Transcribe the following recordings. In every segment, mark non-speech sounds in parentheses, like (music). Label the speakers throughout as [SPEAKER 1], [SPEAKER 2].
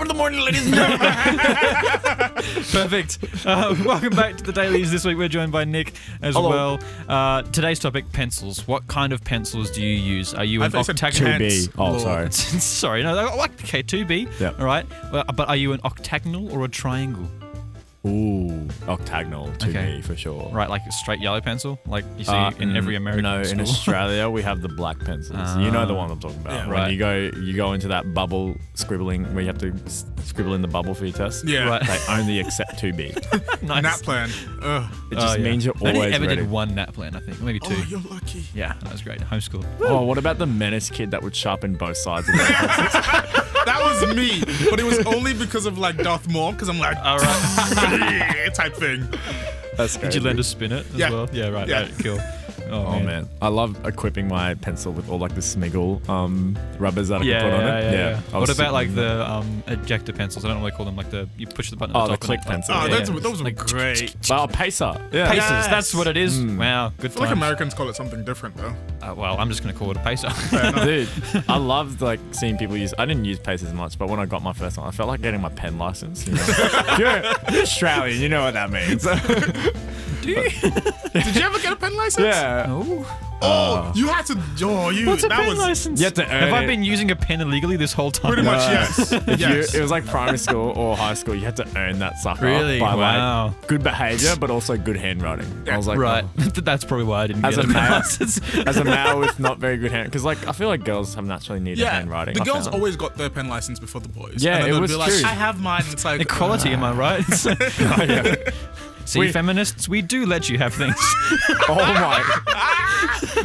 [SPEAKER 1] in the morning, ladies and gentlemen.
[SPEAKER 2] Perfect. Uh, (laughs) welcome back to the Dailies. This week we're joined by Nick as
[SPEAKER 1] Hello.
[SPEAKER 2] well. Uh, today's topic: pencils. What kind of pencils do you use? Are you
[SPEAKER 1] I
[SPEAKER 2] an
[SPEAKER 1] thought you said
[SPEAKER 2] octagonal?
[SPEAKER 1] pen.
[SPEAKER 3] B. Oh,
[SPEAKER 1] Lord.
[SPEAKER 2] (laughs)
[SPEAKER 3] sorry.
[SPEAKER 2] Sorry, no. that- oh, Okay, two B.
[SPEAKER 3] Yeah.
[SPEAKER 2] All right. Well, But are you an octagonal or a triangle?
[SPEAKER 3] Ooh, octagonal to
[SPEAKER 2] Okay.
[SPEAKER 3] me for sure.
[SPEAKER 2] Right, like a straight yellow pencil, like you see
[SPEAKER 3] Uh,
[SPEAKER 2] in every
[SPEAKER 3] mm,
[SPEAKER 2] American
[SPEAKER 3] No, in
[SPEAKER 2] school.
[SPEAKER 3] Australia we have the black pencils. you know the
[SPEAKER 2] Ah.
[SPEAKER 3] one I'm talking about.
[SPEAKER 1] Yeah.
[SPEAKER 3] when
[SPEAKER 2] Right.
[SPEAKER 3] you go, you go into that bubble scribbling where you have to s- scribble in the bubble for your test.
[SPEAKER 1] Yeah.
[SPEAKER 2] Right.
[SPEAKER 3] They only accept
[SPEAKER 2] (laughs)
[SPEAKER 3] two B. It
[SPEAKER 2] nice.
[SPEAKER 1] Nap plan. Ugh.
[SPEAKER 3] just
[SPEAKER 2] Oh, yeah.
[SPEAKER 3] means you're
[SPEAKER 2] I
[SPEAKER 3] always
[SPEAKER 2] only ever
[SPEAKER 3] ready.
[SPEAKER 2] did one nap plan, I think, maybe two.
[SPEAKER 1] Oh, you're lucky.
[SPEAKER 2] yeah, that was great. Homeschool.
[SPEAKER 3] Oh, what about the menace kid that would sharpen both sides
[SPEAKER 2] (laughs)
[SPEAKER 3] of their pencil?
[SPEAKER 1] That was me, but it was only because of like Darth Maul, because I'm like,
[SPEAKER 2] All right.
[SPEAKER 1] yeah, type thing.
[SPEAKER 3] That's
[SPEAKER 2] Did
[SPEAKER 3] crazy.
[SPEAKER 2] you learn to spin it as
[SPEAKER 1] Yeah.
[SPEAKER 2] well? Yeah, right.
[SPEAKER 1] Yeah.
[SPEAKER 2] right, cool. Oh,
[SPEAKER 3] Oh man, I love equipping my pencil with all like the Smiggle um, rubbers that I
[SPEAKER 2] Yeah,
[SPEAKER 3] can put on
[SPEAKER 2] yeah,
[SPEAKER 3] it.
[SPEAKER 2] yeah, yeah.
[SPEAKER 3] I
[SPEAKER 2] What
[SPEAKER 3] was
[SPEAKER 2] about like
[SPEAKER 3] sick-
[SPEAKER 2] the um, ejector pencils? I don't know what they call them. Like the you push the button.
[SPEAKER 3] Oh,
[SPEAKER 2] at the,
[SPEAKER 3] the
[SPEAKER 2] top
[SPEAKER 3] click
[SPEAKER 2] and it-
[SPEAKER 3] pencil.
[SPEAKER 1] Oh,
[SPEAKER 3] Yeah.
[SPEAKER 1] those, were- those were great.
[SPEAKER 3] Oh, pacer. Yeah.
[SPEAKER 2] Paces.
[SPEAKER 1] Yes.
[SPEAKER 2] That's what it is.
[SPEAKER 3] Mm.
[SPEAKER 2] Wow, good
[SPEAKER 1] I feel like
[SPEAKER 2] times.
[SPEAKER 1] Americans call it something different though.
[SPEAKER 2] uh, well, I'm just gonna call it a
[SPEAKER 3] (laughs)
[SPEAKER 2] pacer.
[SPEAKER 3] Dude, I loved like seeing people use. I didn't use paces much, but when I got my first one, I felt like getting my pen license. You know? (laughs) you're, you're Australian, you know what that means.
[SPEAKER 2] Do you?
[SPEAKER 1] Did you ever get a pen license?
[SPEAKER 3] (laughs) yeah,
[SPEAKER 1] Oh, you had to. Oh, you.
[SPEAKER 2] What's a
[SPEAKER 1] that
[SPEAKER 2] pen
[SPEAKER 1] was
[SPEAKER 2] license?
[SPEAKER 3] You have to earn
[SPEAKER 2] Have I
[SPEAKER 3] it.
[SPEAKER 2] been using a pen illegally this whole time?
[SPEAKER 1] pretty much yes.
[SPEAKER 3] If you-
[SPEAKER 1] yes.
[SPEAKER 3] it was like primary school or high school. You had to earn that sucker
[SPEAKER 2] Really?
[SPEAKER 3] by
[SPEAKER 2] Wow.
[SPEAKER 3] like good behavior, but also good handwriting. I was
[SPEAKER 2] (laughs)
[SPEAKER 3] like, (laughs)
[SPEAKER 2] Right.
[SPEAKER 3] oh.
[SPEAKER 2] That's probably why I didn't
[SPEAKER 3] As
[SPEAKER 2] get
[SPEAKER 3] a
[SPEAKER 2] pen (laughs)
[SPEAKER 3] male-
[SPEAKER 2] license.
[SPEAKER 3] As a male with not very good hand, because like I feel like girls have naturally needed handwriting.
[SPEAKER 1] The
[SPEAKER 3] I
[SPEAKER 1] girls
[SPEAKER 3] found.
[SPEAKER 1] always got their pen license before the boys.
[SPEAKER 3] Yeah,
[SPEAKER 1] and then
[SPEAKER 3] it
[SPEAKER 1] they'd
[SPEAKER 3] was
[SPEAKER 1] be like,
[SPEAKER 3] true.
[SPEAKER 1] I have mine. It's like "Uh,
[SPEAKER 2] Equality, am I
[SPEAKER 3] (laughs)
[SPEAKER 2] right? (laughs) See,
[SPEAKER 3] Oh, We-
[SPEAKER 2] feminists, we do let you have
[SPEAKER 3] (laughs)
[SPEAKER 2] things.
[SPEAKER 1] (laughs)
[SPEAKER 3] Oh my!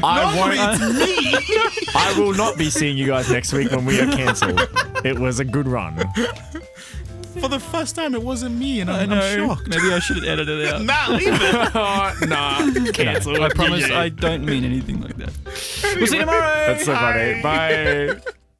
[SPEAKER 3] I won't.
[SPEAKER 1] It's me.
[SPEAKER 3] I will not be seeing you guys next week when we are cancelled. It was a good run.
[SPEAKER 1] For the first time, it wasn't me, and
[SPEAKER 2] I
[SPEAKER 1] I'm,
[SPEAKER 2] know.
[SPEAKER 1] I'm shocked.
[SPEAKER 2] Maybe I should edit it (laughs) out.
[SPEAKER 1] Nah, leave it.
[SPEAKER 3] Oh, (laughs) nah, cancelled.
[SPEAKER 2] I promise I don't mean anything like that. We'll see you tomorrow.
[SPEAKER 3] That's so funny. Bye.